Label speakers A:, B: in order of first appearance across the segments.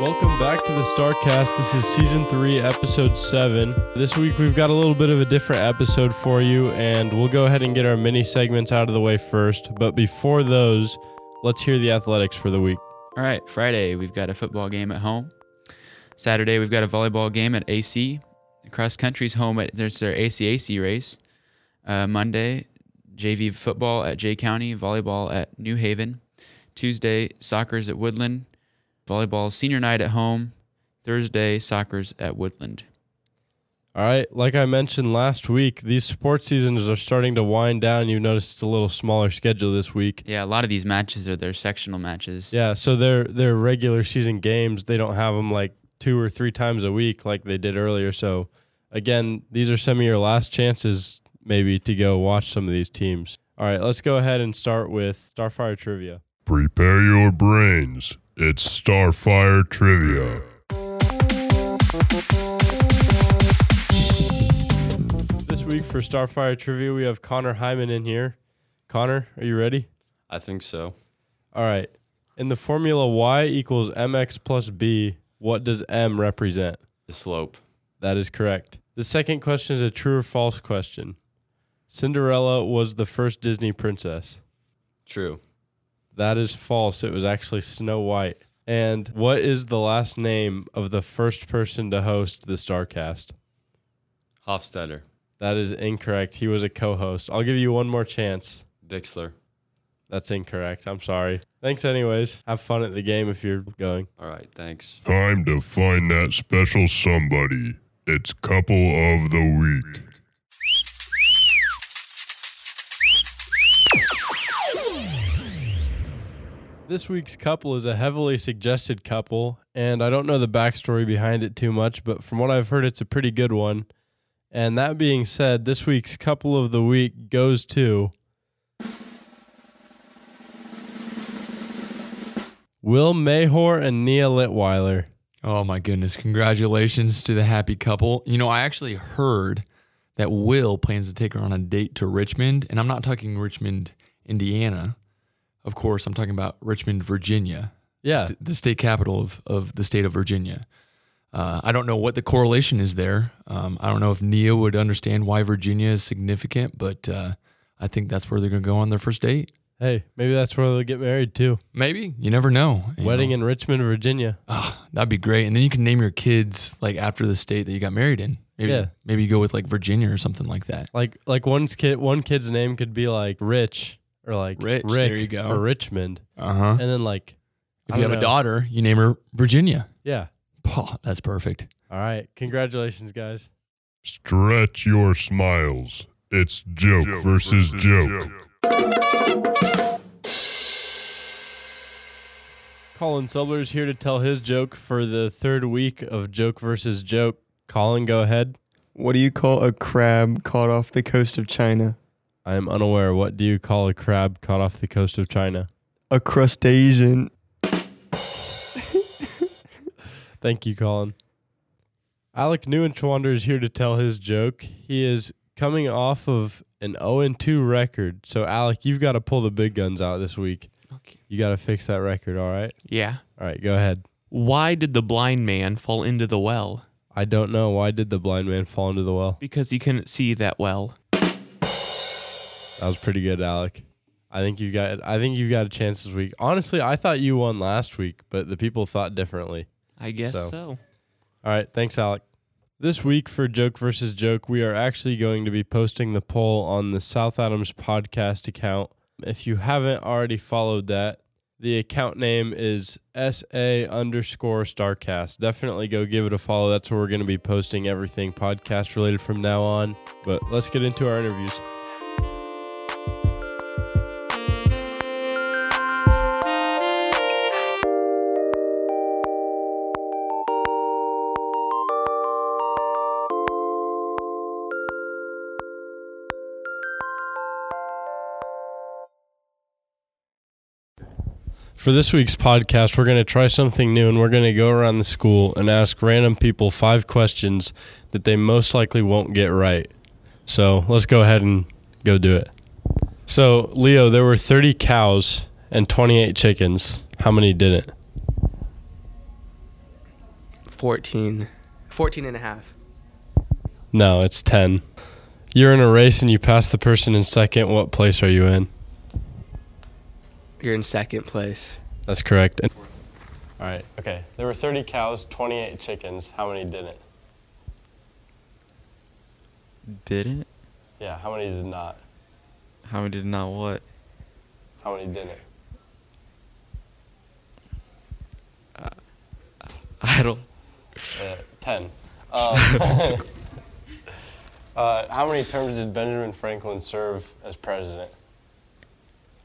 A: Welcome back to the Starcast. This is season three, episode seven. This week we've got a little bit of a different episode for you, and we'll go ahead and get our mini segments out of the way first. But before those, let's hear the athletics for the week.
B: All right, Friday we've got a football game at home. Saturday we've got a volleyball game at AC. Cross country's home at there's their ACAC race. Uh, Monday, JV football at Jay County, volleyball at New Haven. Tuesday, soccer's at Woodland. Volleyball senior night at home. Thursday, soccer's at Woodland.
A: All right, like I mentioned last week, these sports seasons are starting to wind down. You've noticed it's a little smaller schedule this week.
B: Yeah, a lot of these matches are their sectional matches.
A: Yeah, so they're they're regular season games. They don't have them like two or three times a week like they did earlier. So again, these are some of your last chances maybe to go watch some of these teams. All right, let's go ahead and start with Starfire trivia.
C: Prepare your brains. It's Starfire Trivia.
A: This week for Starfire trivia, we have Connor Hyman in here. Connor, are you ready?
D: I think so.
A: All right. In the formula y equals mx plus b, what does m represent?
D: The slope.
A: That is correct. The second question is a true or false question. Cinderella was the first Disney princess.
D: True.
A: That is false. It was actually Snow White. And what is the last name of the first person to host the Starcast?
D: Hofstadter.
A: That is incorrect. He was a co host. I'll give you one more chance.
D: Bixler.
A: That's incorrect. I'm sorry. Thanks, anyways. Have fun at the game if you're going.
D: All right, thanks.
C: Time to find that special somebody. It's Couple of the Week.
A: This week's couple is a heavily suggested couple, and I don't know the backstory behind it too much, but from what I've heard, it's a pretty good one. And that being said, this week's couple of the week goes to Will Mayhor and Nia Litweiler.
E: Oh my goodness. Congratulations to the happy couple. You know, I actually heard that Will plans to take her on a date to Richmond, and I'm not talking Richmond, Indiana. Of course, I'm talking about Richmond, Virginia.
A: Yeah,
E: st- the state capital of, of the state of Virginia. Uh, I don't know what the correlation is there. Um, I don't know if Nia would understand why Virginia is significant, but uh, I think that's where they're going to go on their first date.
A: hey, maybe that's where they'll get married too.
E: Maybe. You never know. you
A: Wedding
E: know.
A: in Richmond, Virginia.
E: Ah, that'd be great. And then you can name your kids like after the state that you got married in. Maybe,
A: Yeah.
E: maybe you go with like Virginia or something like that.
A: Like like one's kid one kid's name could be like Rich or like
E: Rich,
A: Rick
E: there you go.
A: for Richmond,
E: Uh huh.
A: and then like
E: If
A: I
E: you
A: don't
E: have a
A: know.
E: daughter, you name her Virginia.
A: yeah.
E: Paw, that's perfect.
A: All right, congratulations, guys.
C: Stretch your smiles. It's joke, versus, joke.
A: Colin Subler is here to tell his joke for the third week of joke versus joke. Colin, go ahead.
F: What do you call a crab caught off the coast of China?
A: I am unaware. What do you call a crab caught off the coast of China?
F: A crustacean.
A: Thank you, Colin. Alec Newenschwander is here to tell his joke. He is coming off of an 0 2 record. So, Alec, you've got to pull the big guns out this week.
G: Okay.
A: You got to fix that record, all right?
G: Yeah.
A: All right, go ahead.
G: Why did the blind man fall into the well?
A: I don't know. Why did the blind man fall into the well?
G: Because he couldn't see that well.
A: That was pretty good, Alec. I think you've got. I think you've got a chance this week. Honestly, I thought you won last week, but the people thought differently.
G: I guess
A: So.
G: so.
A: All right, thanks, Alec. This week for Joke versus Joke, we are actually going to be posting the poll on the South Adams podcast account. If you haven't already followed that, the account name is SA underscore Starcast. Definitely go give it a follow. That's where we're going to be posting everything podcast related from now on. But let's get into our interviews. For this week's podcast, we're going to try something new and we're going to go around the school and ask random people five questions that they most likely won't get right. So let's go ahead and go do it. So, Leo, there were 30 cows and 28 chickens. How many didn't?
H: 14. 14 and a half.
A: No, it's 10. You're in a race and you pass the person in second. What place are you in?
H: You're in second place.
A: That's correct. And- All right. Okay. There were 30 cows, 28 chickens. How many didn't?
B: Did it?
A: Yeah, how many did not?
B: How did not what?
A: How many didn't?
B: I don't.
A: Uh, 10. Um, uh, how many terms did Benjamin Franklin serve as president?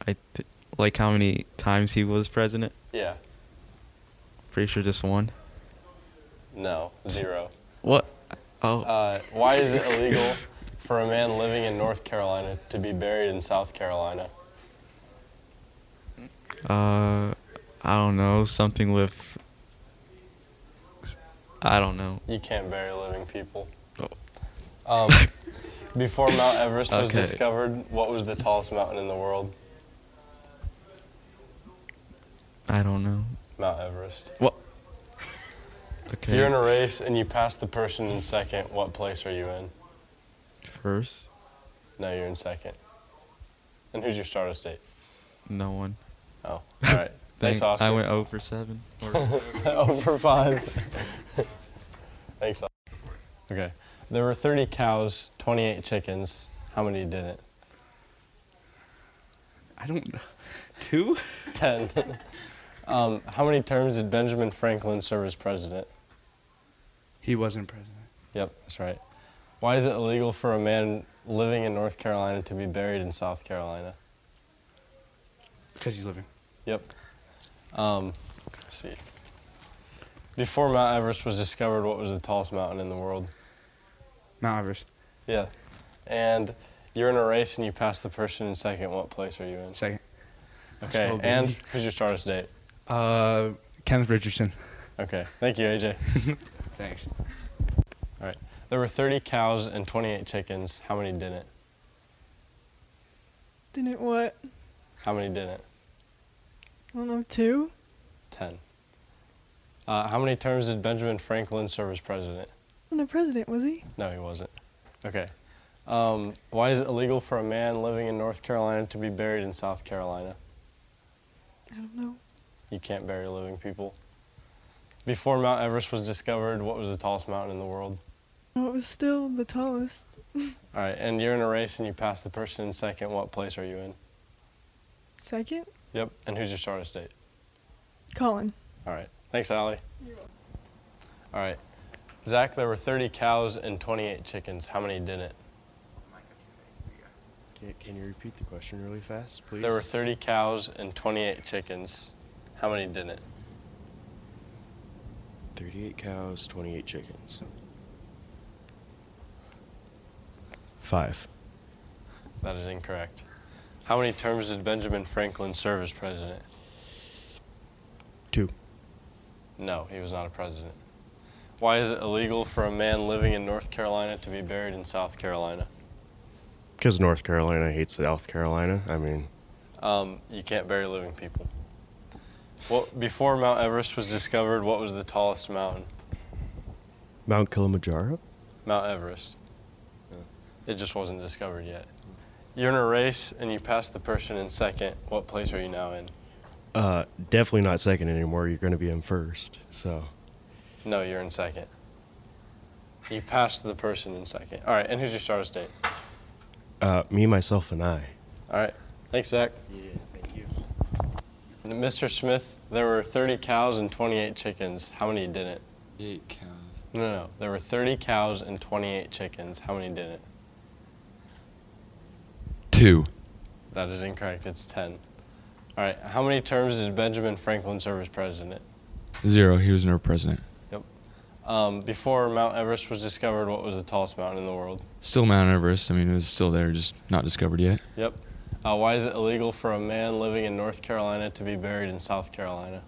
B: I th- like how many times he was president.
A: Yeah.
B: Pretty sure just one.
A: No. Zero.
B: What? Oh,
A: Uh, why is it illegal for a man living in North Carolina to be buried in South Carolina?
B: uh, I don't know. Something with. I don't know.
A: You can't bury living people.
B: Oh.
A: Um, before Mount Everest was
B: Okay.
A: discovered, what was the tallest mountain in the world?
B: I don't know.
A: Mount Everest.
B: Okay.
A: You're in a race and you pass the person in second. What place are you in?
B: First,
A: No, you're in second. And who's your starter state?
B: no one.
A: Oh, all right. Thanks,
B: Thank-
A: Oscar.
B: I went 0 for seven. Or-
A: over five. Thanks. Al- Okay. There were 30 cows, 28 chickens. How many didn't?
B: I don't. Two?
A: 10. um, how many terms did Benjamin Franklin serve as president?
I: He wasn't president.
A: Yep, that's right. Why is it illegal for a man living in North Carolina to be buried in South Carolina?
I: Because he's living.
A: Yep. Um, let's see. Before Mount Everest was discovered, what was the tallest mountain in the world?
I: Mount Everest.
A: Yeah. And you're in a race and you pass the person in second. What place are you in?
I: Second.
A: Okay.
I: go, baby.
A: and who's your starter's date?
I: Uh, Kenneth Richardson.
A: Okay. Thank you, AJ.
I: Thanks.
A: there were 30 cows and 28 chickens. How many didn't?
J: Didn't what?
A: How many didn't?
J: I don't know, two?
A: 10. Uh, how many terms did Benjamin Franklin serve as president?
J: And the president, was he?
A: No, he wasn't. Okay. Um, why is it illegal for a man living in North Carolina to be buried in South Carolina?
J: I don't know.
A: You can't bury living people. Before Mount Everest was discovered, what was the tallest mountain in the world?
J: No, it was still the tallest.
A: All right, and you're in a race and you pass the person in second. What place are you in?
J: Second?
A: Yep. And who's your starter state?
J: Colin.
A: All right. Thanks, Allie. All right. Zach, there were 30 cows and 28 chickens. How many didn't?
K: Can, can you repeat the question really fast, please?
A: There were 30 cows and 28 chickens. How many didn't?
K: 38 cows, 28 chickens. Five.
A: That is incorrect. How many terms did Benjamin Franklin serve as president?
K: Two.
A: No, he was not a president. Why is it illegal for a man living in North Carolina to be buried in South Carolina?
K: Because North Carolina hates South Carolina. I mean,
A: Um, you can't bury living people. What, before Mount Everest was discovered, what was the tallest mountain?
K: Mount Kilimanjaro?
A: Mount Everest. It just wasn't discovered yet. You're in a race and you pass the person in second. What place are you now in?
K: Uh, definitely not second anymore. You're going to be in first. So,
A: No, you're in second. You passed the person in second. All right, and who's your starter state?
K: uh, me, myself, and I.
A: All right, thanks, Zach.
K: Yeah, thank you.
A: And Mr. Smith, there were 30 cows and 28 chickens. How many didn't?
B: Eight cows.
A: No, no, no. There were 30 cows and 28 chickens. How many didn't?
E: Two.
A: That is incorrect. It's 10. All right, how many terms did Benjamin Franklin serve as president?
E: Zero. He was never president.
A: Um, before Mount Everest was discovered, what was the tallest mountain in the world?
E: Still Mount Everest. I mean, it was still there, just not discovered yet.
A: Yep. Uh, why is it illegal for a man living in North Carolina to be buried in South Carolina?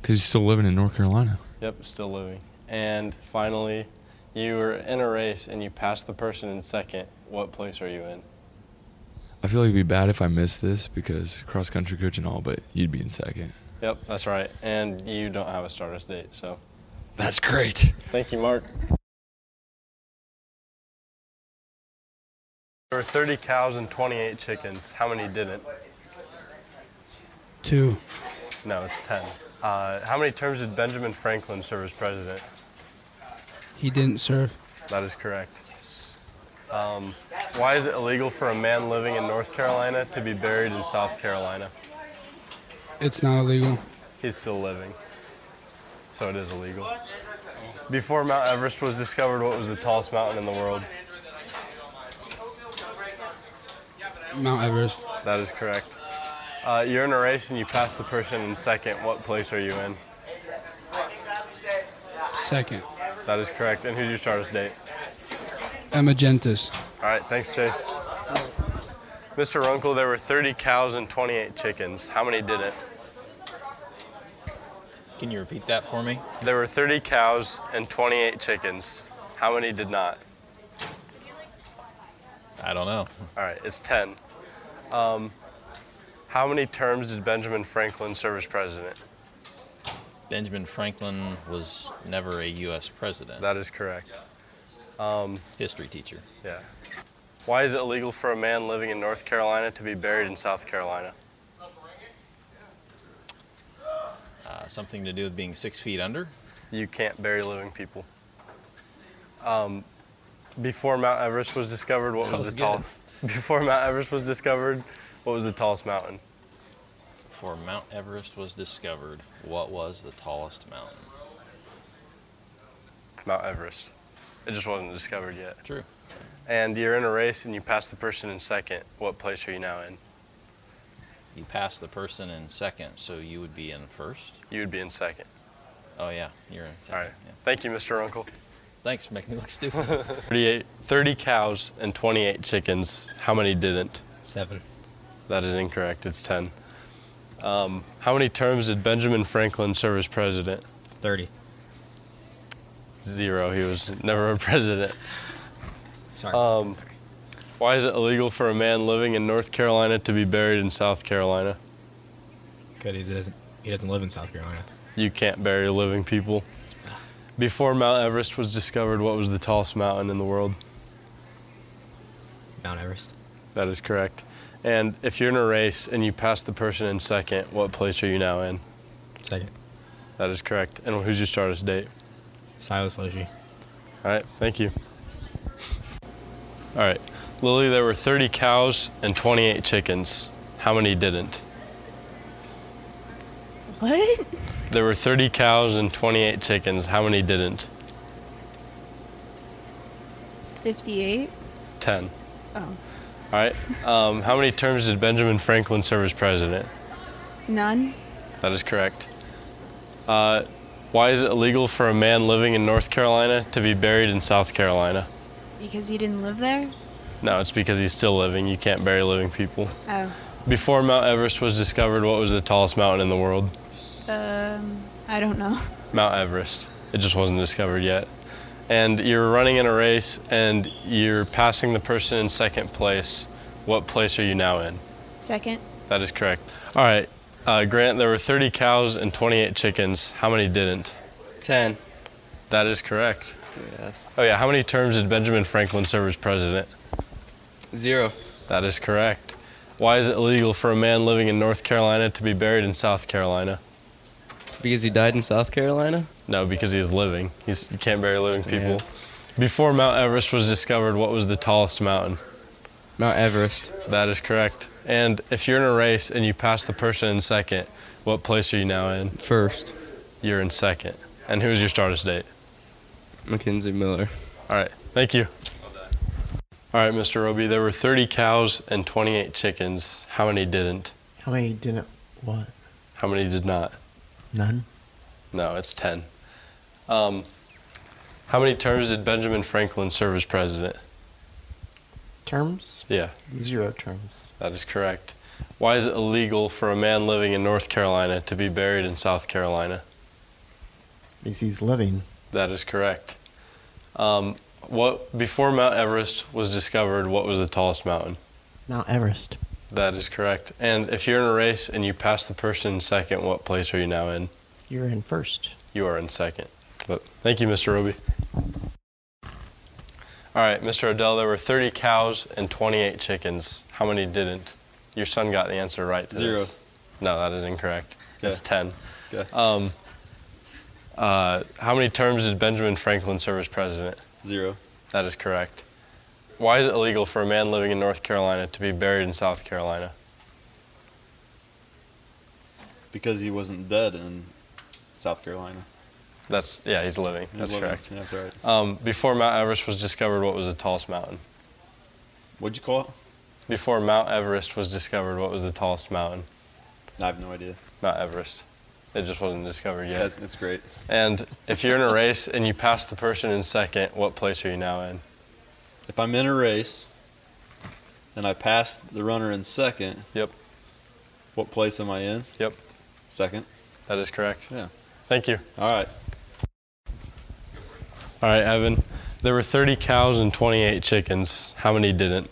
E: Because he's still living in North Carolina.
A: Yep, still living. And finally, you were in a race and you passed the person in second. What place are you in?
E: I feel like it'd be bad if I missed this because cross country coach and all, but you'd be in second.
A: Yep, that's right. And you don't have a starter's date, so
E: That's great.
A: Thank you, Mark. There were 30 cows and 28 chickens. How many didn't?
L: Two.
A: No, it's 10. Uh, how many terms did Benjamin Franklin serve as president?
L: He didn't serve.
A: That is correct. Um, why is it illegal for a man living in North Carolina to be buried in South Carolina?
L: It's not illegal.
A: He's still living, so it is illegal. Before Mount Everest was discovered, what was the tallest mountain in the world?
L: Mount Everest.
A: That is correct. Uh, you're in a race and you pass the person in second. What place are you in?
L: Second.
A: That is correct. And who's your start date?
L: Amagentus.
A: All right, thanks, Chase. Mr. Runkle, there were 30 cows and 28 chickens. How many did it?
M: Can you repeat that for me?
A: There were 30 cows and 28 chickens. How many did not?
M: I don't know.
A: All right, it's 10. Um, how many terms did Benjamin Franklin serve as president?
M: Benjamin Franklin was never a U.S. president.
A: That is correct. Um,
M: History teacher.
A: yeah. Why is it illegal for a man living in North Carolina to be buried in South Carolina?
M: Uh, something to do with being six feet under.
A: You can't bury living people. Um, before Mount Everest was discovered, what
M: That
A: was,
M: was
A: the
M: good.
A: tallest? Before Mount Everest was discovered, what was the tallest mountain?
M: Before Mount Everest was discovered, what was the tallest mountain?
A: Mount Everest. It just wasn't discovered yet.
M: True.
A: And you're in a race and you pass the person in second. What place are you now in?
M: You passed the person in second, so you would be in first.
A: You would be in second.
M: Oh yeah, you're in second.
A: All right. Thank you, Mr. Uncle.
M: Thanks for making me look stupid.
A: 38, 30 cows and 28 chickens. How many didn't?
M: Seven.
A: That is incorrect. It's 10. Um, how many terms did Benjamin Franklin serve as president?
N: 30.
A: Zero. He was never a president.
N: Sorry.
M: Uh,
A: Um, Why is it illegal for a man living in North Carolina to be buried in South Carolina?
N: Good. He doesn't. He doesn't live in South Carolina.
A: You can't bury living people. Before Mount Everest was discovered, what was the tallest mountain in the world?
N: Mount Everest.
A: That is correct. And if you're in a race and you pass the person in second, what place are you now in?
N: Second.
A: That is correct. And who's your starter's date?
N: Silas Logie.
A: All right, thank you. All right, Lily, there were 30 cows and 28 chickens. How many didn't?
O: What?
A: There were 30 cows and 28 chickens. How many didn't?
O: 58?
A: 10.
O: Oh.
A: All right. Um, how many terms did Benjamin Franklin serve as president?
O: None?
A: That is correct. Uh, why is it illegal for a man living in North Carolina to be buried in South Carolina?
O: Because he didn't live there?
A: No, it's because he's still living. You can't bury living people.
O: Oh.
A: Before Mount Everest was discovered, what was the tallest mountain in the world?
O: Um, I don't know.
A: Mount Everest. It just wasn't discovered yet. And you're running in a race and you're passing the person in second place. What place are you now in?
O: Second?
A: That is correct. All right. Uh, Grant, there were 30 cows and 28 chickens. How many didn't? 10. That is correct. Yes. Oh, yeah. How many terms did Benjamin Franklin serve as president? Zero. That is correct. Why is it illegal for a man living in North Carolina to be buried in South Carolina? Because he died in South Carolina? No, because he is living. He's, you can't bury living people. Before Mount Everest was discovered, what was the tallest mountain? Mount Everest. That is correct. And if you're in a race and you pass the person in second, what place are you now in? First. You're in second. And who is your starter's date?
H: Mackenzie Miller.
A: All right. Thank you. All right, Mr. Roby, there were 30 cows and 28 chickens. How many didn't?
P: How many didn't what?
A: How many did not?
P: None.
A: No, it's 10. Um, how many terms did Benjamin Franklin serve as president?
P: Terms?
A: Yeah,
P: Zero terms.
A: that is correct. Why is it illegal for a man living in North Carolina to be buried in South Carolina?
P: Because he's living.
A: That is correct. Um, what before Mount Everest was discovered? What was the tallest mountain?
P: Mount Everest.
A: That is correct. And if you're in a race and you pass the person in second, what place are you now in?
P: You're in first.
A: You are in second. But thank you, Mr. Roby. All right, Mr. Odell, there were 30 cows and 28 chickens. How many didn't? Your son got the answer right. To
D: Zero.
A: this. No, that is incorrect. That's
D: Okay.
A: 10.
D: Okay.
A: Um, uh, how many terms did Benjamin Franklin serve as president?
D: Zero.
A: That is correct. Why is it illegal for a man living in North Carolina to be buried in South Carolina?
D: Because he wasn't dead in South Carolina.
A: That's yeah, he's living.
D: He's
A: That's
D: living.
A: correct.
D: Yeah, that's right.
A: Um, before Mount Everest was discovered, what was the tallest mountain?
D: What'd you call it?
A: Before Mount Everest was discovered, what was the tallest mountain?
D: I have no idea.
A: Mount Everest. It just wasn't discovered yet.
D: Yeah, it's, it's great.
A: And if you're in a race and you pass the person in second, what place are you now in?
D: If I'm in a race and I pass the runner in second.
A: Yep.
D: What place am I in?
A: Yep.
D: Second.
A: That is correct.
D: Yeah.
A: Thank you.
D: All right.
A: All right, Evan. There were 30 cows and 28 chickens. How many didn't?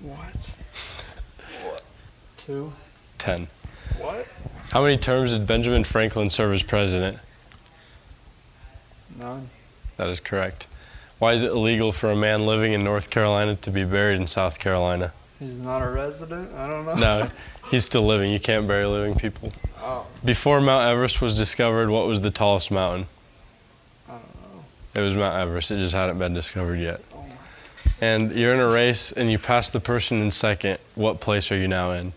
I: What? Two.
A: 10.
I: What?
A: How many terms did Benjamin Franklin serve as president?
I: None.
A: That is correct. Why is it illegal for a man living in North Carolina to be buried in South Carolina?
I: He's not a resident. I don't know.
A: No, he's still living. You can't bury living people.
I: Oh.
A: Before Mount Everest was discovered, what was the tallest mountain?
I: I don't know. Oh
A: It was Mount Everest. It just hadn't been discovered yet. And you're in a race and you pass the person in second. What place are you now in?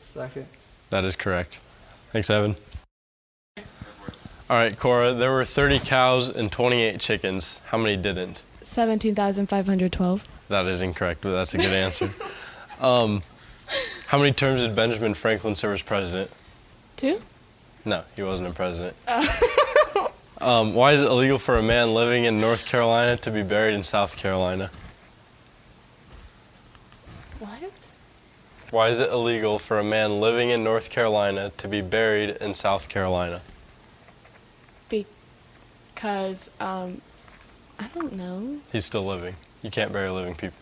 I: Second.
A: That is correct. Thanks, Evan. All right, Cora, there were 30 cows and 28 chickens. How many didn't?
Q: 17,512.
A: That is incorrect, but that's a good answer. Um, how many terms did Benjamin Franklin serve as president?
Q: Two?
A: No, he wasn't a president. um, why is it illegal for a man living in North Carolina to be buried in South Carolina?
Q: What?
A: Why is it illegal for a man living in North Carolina to be buried in South Carolina?
Q: Because, um, I don't know.
A: He's still living. You can't bury living people.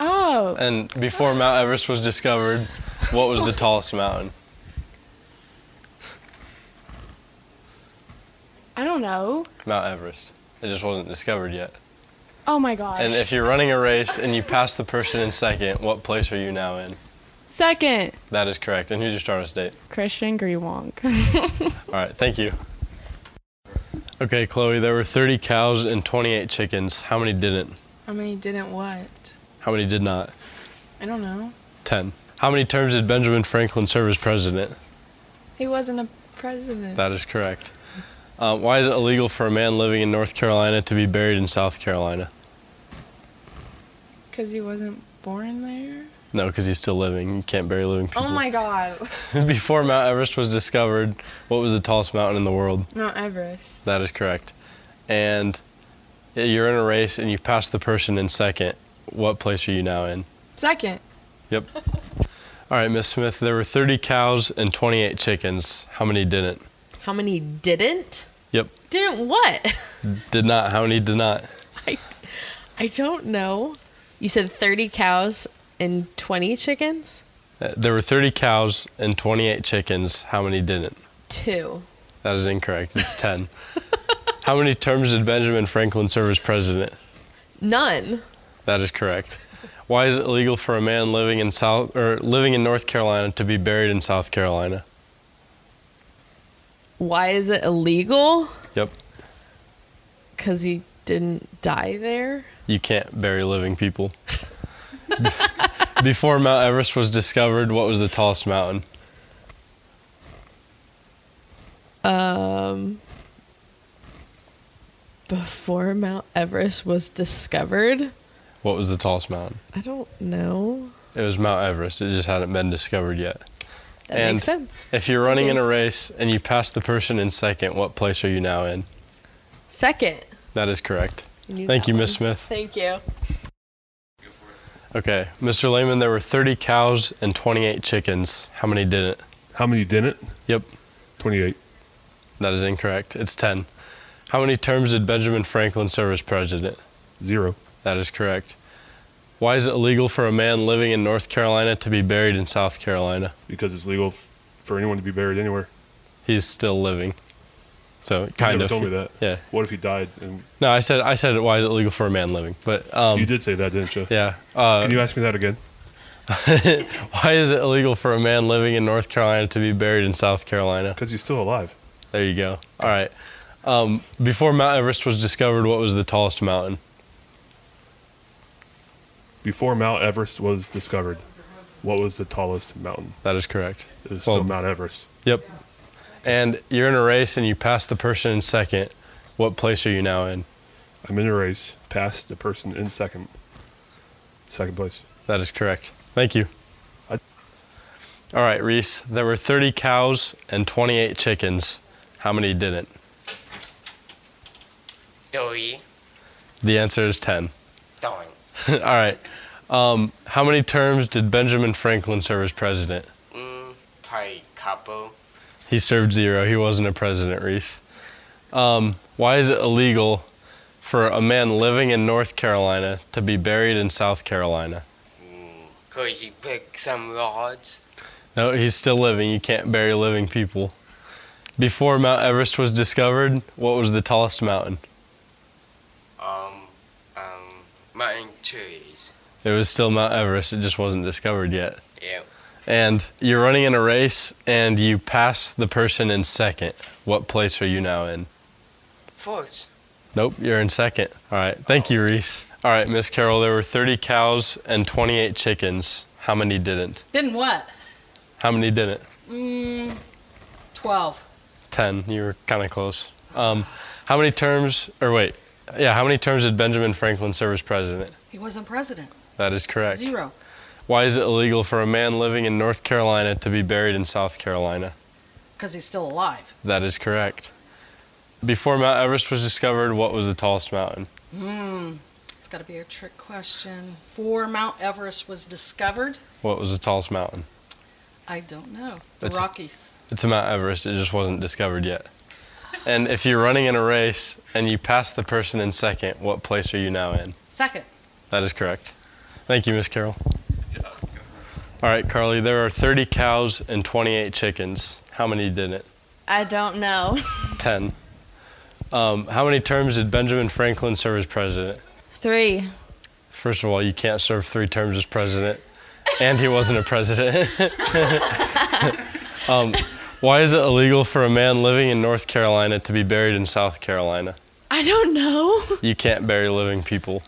Q: Oh,
A: And before Mount Everest was discovered, what was the tallest mountain?
Q: I don't know.
A: Mount Everest. It just wasn't discovered yet.
Q: Oh my gosh.
A: And if you're running a race and you pass the person in second, what place are you now in?
Q: Second,
A: That is correct. And who's your starter state?
Q: Christian Grewonk.
A: All right, thank you. Okay, Chloe, there were 30 cows and 28 chickens. How many didn't?
J: How many didn't what?
A: How many did not?
J: I don't know.
A: 10. How many terms did Benjamin Franklin serve as president?
J: He wasn't a president.
A: That is correct. Uh, why is it illegal for a man living in North Carolina to be buried in South Carolina?
J: Because he wasn't born there?
A: No, because he's still living. You can't bury living people.
J: Oh my god.
A: Before Mount Everest was discovered, what was the tallest mountain in the world?
J: Mount Everest.
A: That is correct. And you're in a race and you pass the person in second. What place are you now in?
J: Second.
A: Yep. All right, Miss Smith, there were 30 cows and 28 chickens. How many didn't?
R: How many didn't?
A: Yep.
R: Didn't what?
A: Did not. How many did not?
R: I don't know. You said 30 cows and 20 chickens?
A: Uh, There were 30 cows and 28 chickens. How many didn't?
R: Two.
A: That is incorrect. It's 10. How many terms did Benjamin Franklin serve as president?
R: None.
A: That is correct. Why is it illegal for a man living in South or living in North Carolina to be buried in South Carolina?
R: Why is it illegal?
A: Yep.
R: Because we didn't die there?
A: You can't bury living people. Before Mount Everest was discovered, what was the tallest mountain?
R: Um, before Mount Everest was discovered?
A: What was the tallest mountain?
R: I don't know.
A: It was Mount Everest. It just hadn't been discovered yet.
R: That
A: and
R: makes sense.
A: If you're running in a race and you pass the person in second, what place are you now in?
R: Second.
A: That is correct.
R: Knew
A: Thank
R: that
A: you,
R: one.
A: Miss Smith.
R: Thank you.
A: Okay, Mr. Lehman, there were 30 cows and 28 chickens. How many didn't? How many didn't? Yep. 28. That is incorrect. It's 10. How many terms did Benjamin Franklin serve as president? Zero. That is correct. Why is it illegal for a man living in North Carolina to be buried in South Carolina?
S: because it's legal f- for anyone to be buried anywhere.
A: He's still living. So
S: You
A: kind
S: never
A: of.
S: told me that.
A: Yeah.
S: What if he died? And
A: No, I said I said why is it legal for a man living? But um,
S: You did say that, didn't you?
A: Yeah. Uh,
S: Can you ask me that again?
A: why is it illegal for a man living in North Carolina to be buried in South Carolina?
S: Because he's still alive.
A: There you go. All right. Um, before Mount Everest was discovered, what was the tallest mountain?
S: Before Mount Everest was discovered, what was the tallest mountain?
A: That is correct.
S: It was
A: Well-
S: still Mount Everest.
A: Yep. And you're in a race and you pass the person in second. What place are you now in?
S: I'm in a race, past the person in second. Second place.
A: That is correct. Thank you. All right, Reese. There were 30 cows and 28 chickens. How many didn't?
T: Doy.
A: The answer is 10.
T: Doing.
A: All right. Um, how many terms did Benjamin Franklin serve as president?
T: Mm, probably couple.
A: He served zero. He wasn't a president, Reese. Um, why is it illegal for a man living in North Carolina to be buried in South Carolina?
T: Cause you pick some rods.
A: No, he's still living. You can't bury living people. Before Mount Everest was discovered, what was the tallest mountain?
T: Um, um, mountain trees.
A: It was still Mount Everest. It just wasn't discovered yet.
T: Yep.
A: And you're running in a race and you pass the person in second. What place are you now in?
T: Force.
A: Nope, you're in second. All right. Thank you, Reese. All right, Miss Carroll, there were 30 cows and 28 chickens. How many didn't?
U: Didn't what?
A: How many didn't?
U: Mm, 12.
A: 10. You were kind of close. Um, how many terms, or wait, yeah, how many terms did Benjamin Franklin serve as president?
U: He wasn't president.
A: That is correct.
U: Zero.
A: Why is it illegal for a man living in North Carolina to be buried in South Carolina?
U: Because he's still alive.
A: That is correct. Before Mount Everest was discovered, what was the tallest mountain?
U: Hmm. It's got to be a trick question. Before Mount Everest was discovered,
A: What was the tallest mountain?
U: I don't know. The
A: That's-
U: Rockies.
A: It's Mount Everest, it just wasn't discovered yet. And if you're running in a race and you pass the person in second, what place are you now in?
U: Second.
A: That is correct. Thank you, Miss Carroll. All right, Carly, there are 30 cows and 28 chickens. How many did it?
R: I don't know.
A: 10. Um, how many terms did Benjamin Franklin serve as president?
R: Three.
A: First of all, you can't serve three terms as president, and he wasn't a president. um, why is it illegal for a man living in North Carolina to be buried in South Carolina?
R: I don't know.
A: You can't bury living people.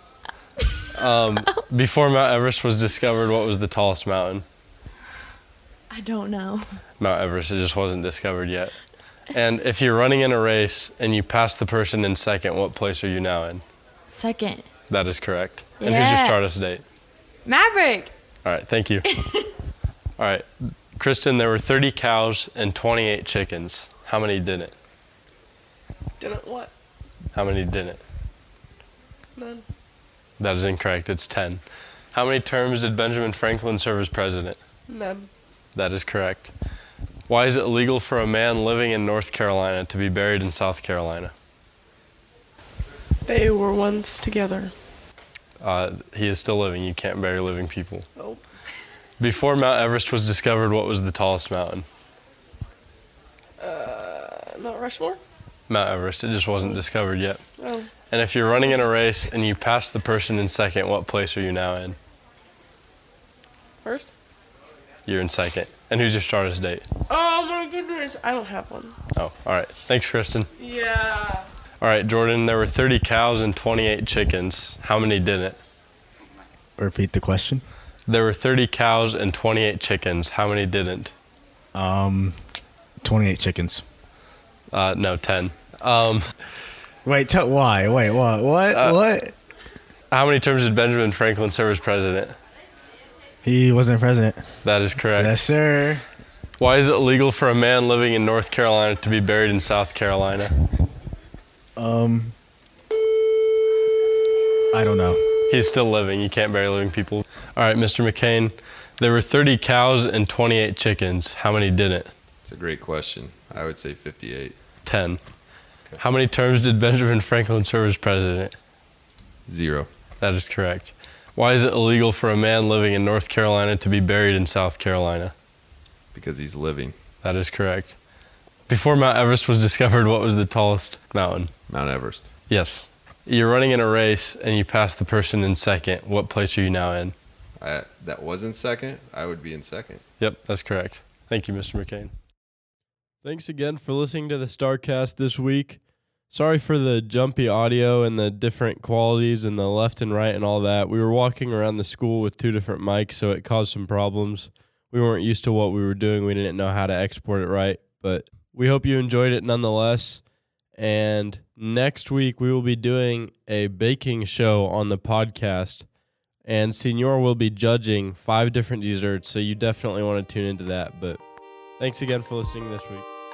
A: Um, before Mount Everest was discovered, what was the tallest mountain?
R: I don't know.
A: Mount Everest. It just wasn't discovered yet. And if you're running in a race and you pass the person in second, what place are you now in?
R: Second.
A: That is correct. And who's your
R: Yeah.
A: stardust date?
R: Maverick.
A: All right, thank you. All right, Kristen, there were 30 cows and 28 chickens. How many didn't?
T: Didn't what?
A: How many didn't?
T: None.
A: That is incorrect. It's 10. How many terms did Benjamin Franklin serve as president?
T: None.
A: That is correct. Why is it illegal for a man living in North Carolina to be buried in South Carolina?
T: They were once together.
A: Uh, he is still living. You can't bury living people.
T: Oh.
A: Before Mount Everest was discovered, what was the tallest mountain?
T: Uh, Mount Rushmore?
A: Mount Everest. It just wasn't discovered yet.
T: Oh.
A: And if you're running in a race and you pass the person in second, what place are you now in?
T: First?
A: You're in second. And who's your stardust date?
T: Oh my goodness, I don't have one.
A: Oh, all right. Thanks, Kristen.
T: Yeah.
A: All right, Jordan, there were 30 cows and 28 chickens. How many didn't?
P: Repeat the question.
A: There were 30 cows and 28 chickens. How many didn't?
P: Um, 28 chickens.
A: Uh, no, 10. Um,
P: Wait, tell why? Wait, what? What?
A: Uh,
P: what?
A: How many terms did Benjamin Franklin serve as president?
P: He wasn't president.
A: That is correct.
P: Yes, sir.
A: Why is it illegal for a man living in North Carolina to be buried in South Carolina?
P: Um, I don't know.
A: He's still living. You can't bury living people. All right, Mr. McCain, there were 30 cows and 28 chickens. How many didn't?
V: It's a great question. I would say 58.
A: 10. How many terms did Benjamin Franklin serve as president?
V: Zero.
A: That is correct. Why is it illegal for a man living in North Carolina to be buried in South Carolina?
V: Because he's living.
A: That is correct. Before Mount Everest was discovered, what was the tallest mountain?
V: Mount Everest.
A: Yes. You're running in a race and you pass the person in second. What place are you now in?
V: I, that was in second. I would be in second.
A: Yep, that's correct. Thank you, Mr. McCain. Thanks again for listening to the StarCast this week. Sorry for the jumpy audio and the different qualities and the left and right and all that. We were walking around the school with two different mics, so it caused some problems. We weren't used to what we were doing. We didn't know how to export it right, but we hope you enjoyed it nonetheless. And next week, we will be doing a baking show on the podcast. And Senor will be judging five different desserts, so you definitely want to tune into that. But thanks again for listening this week.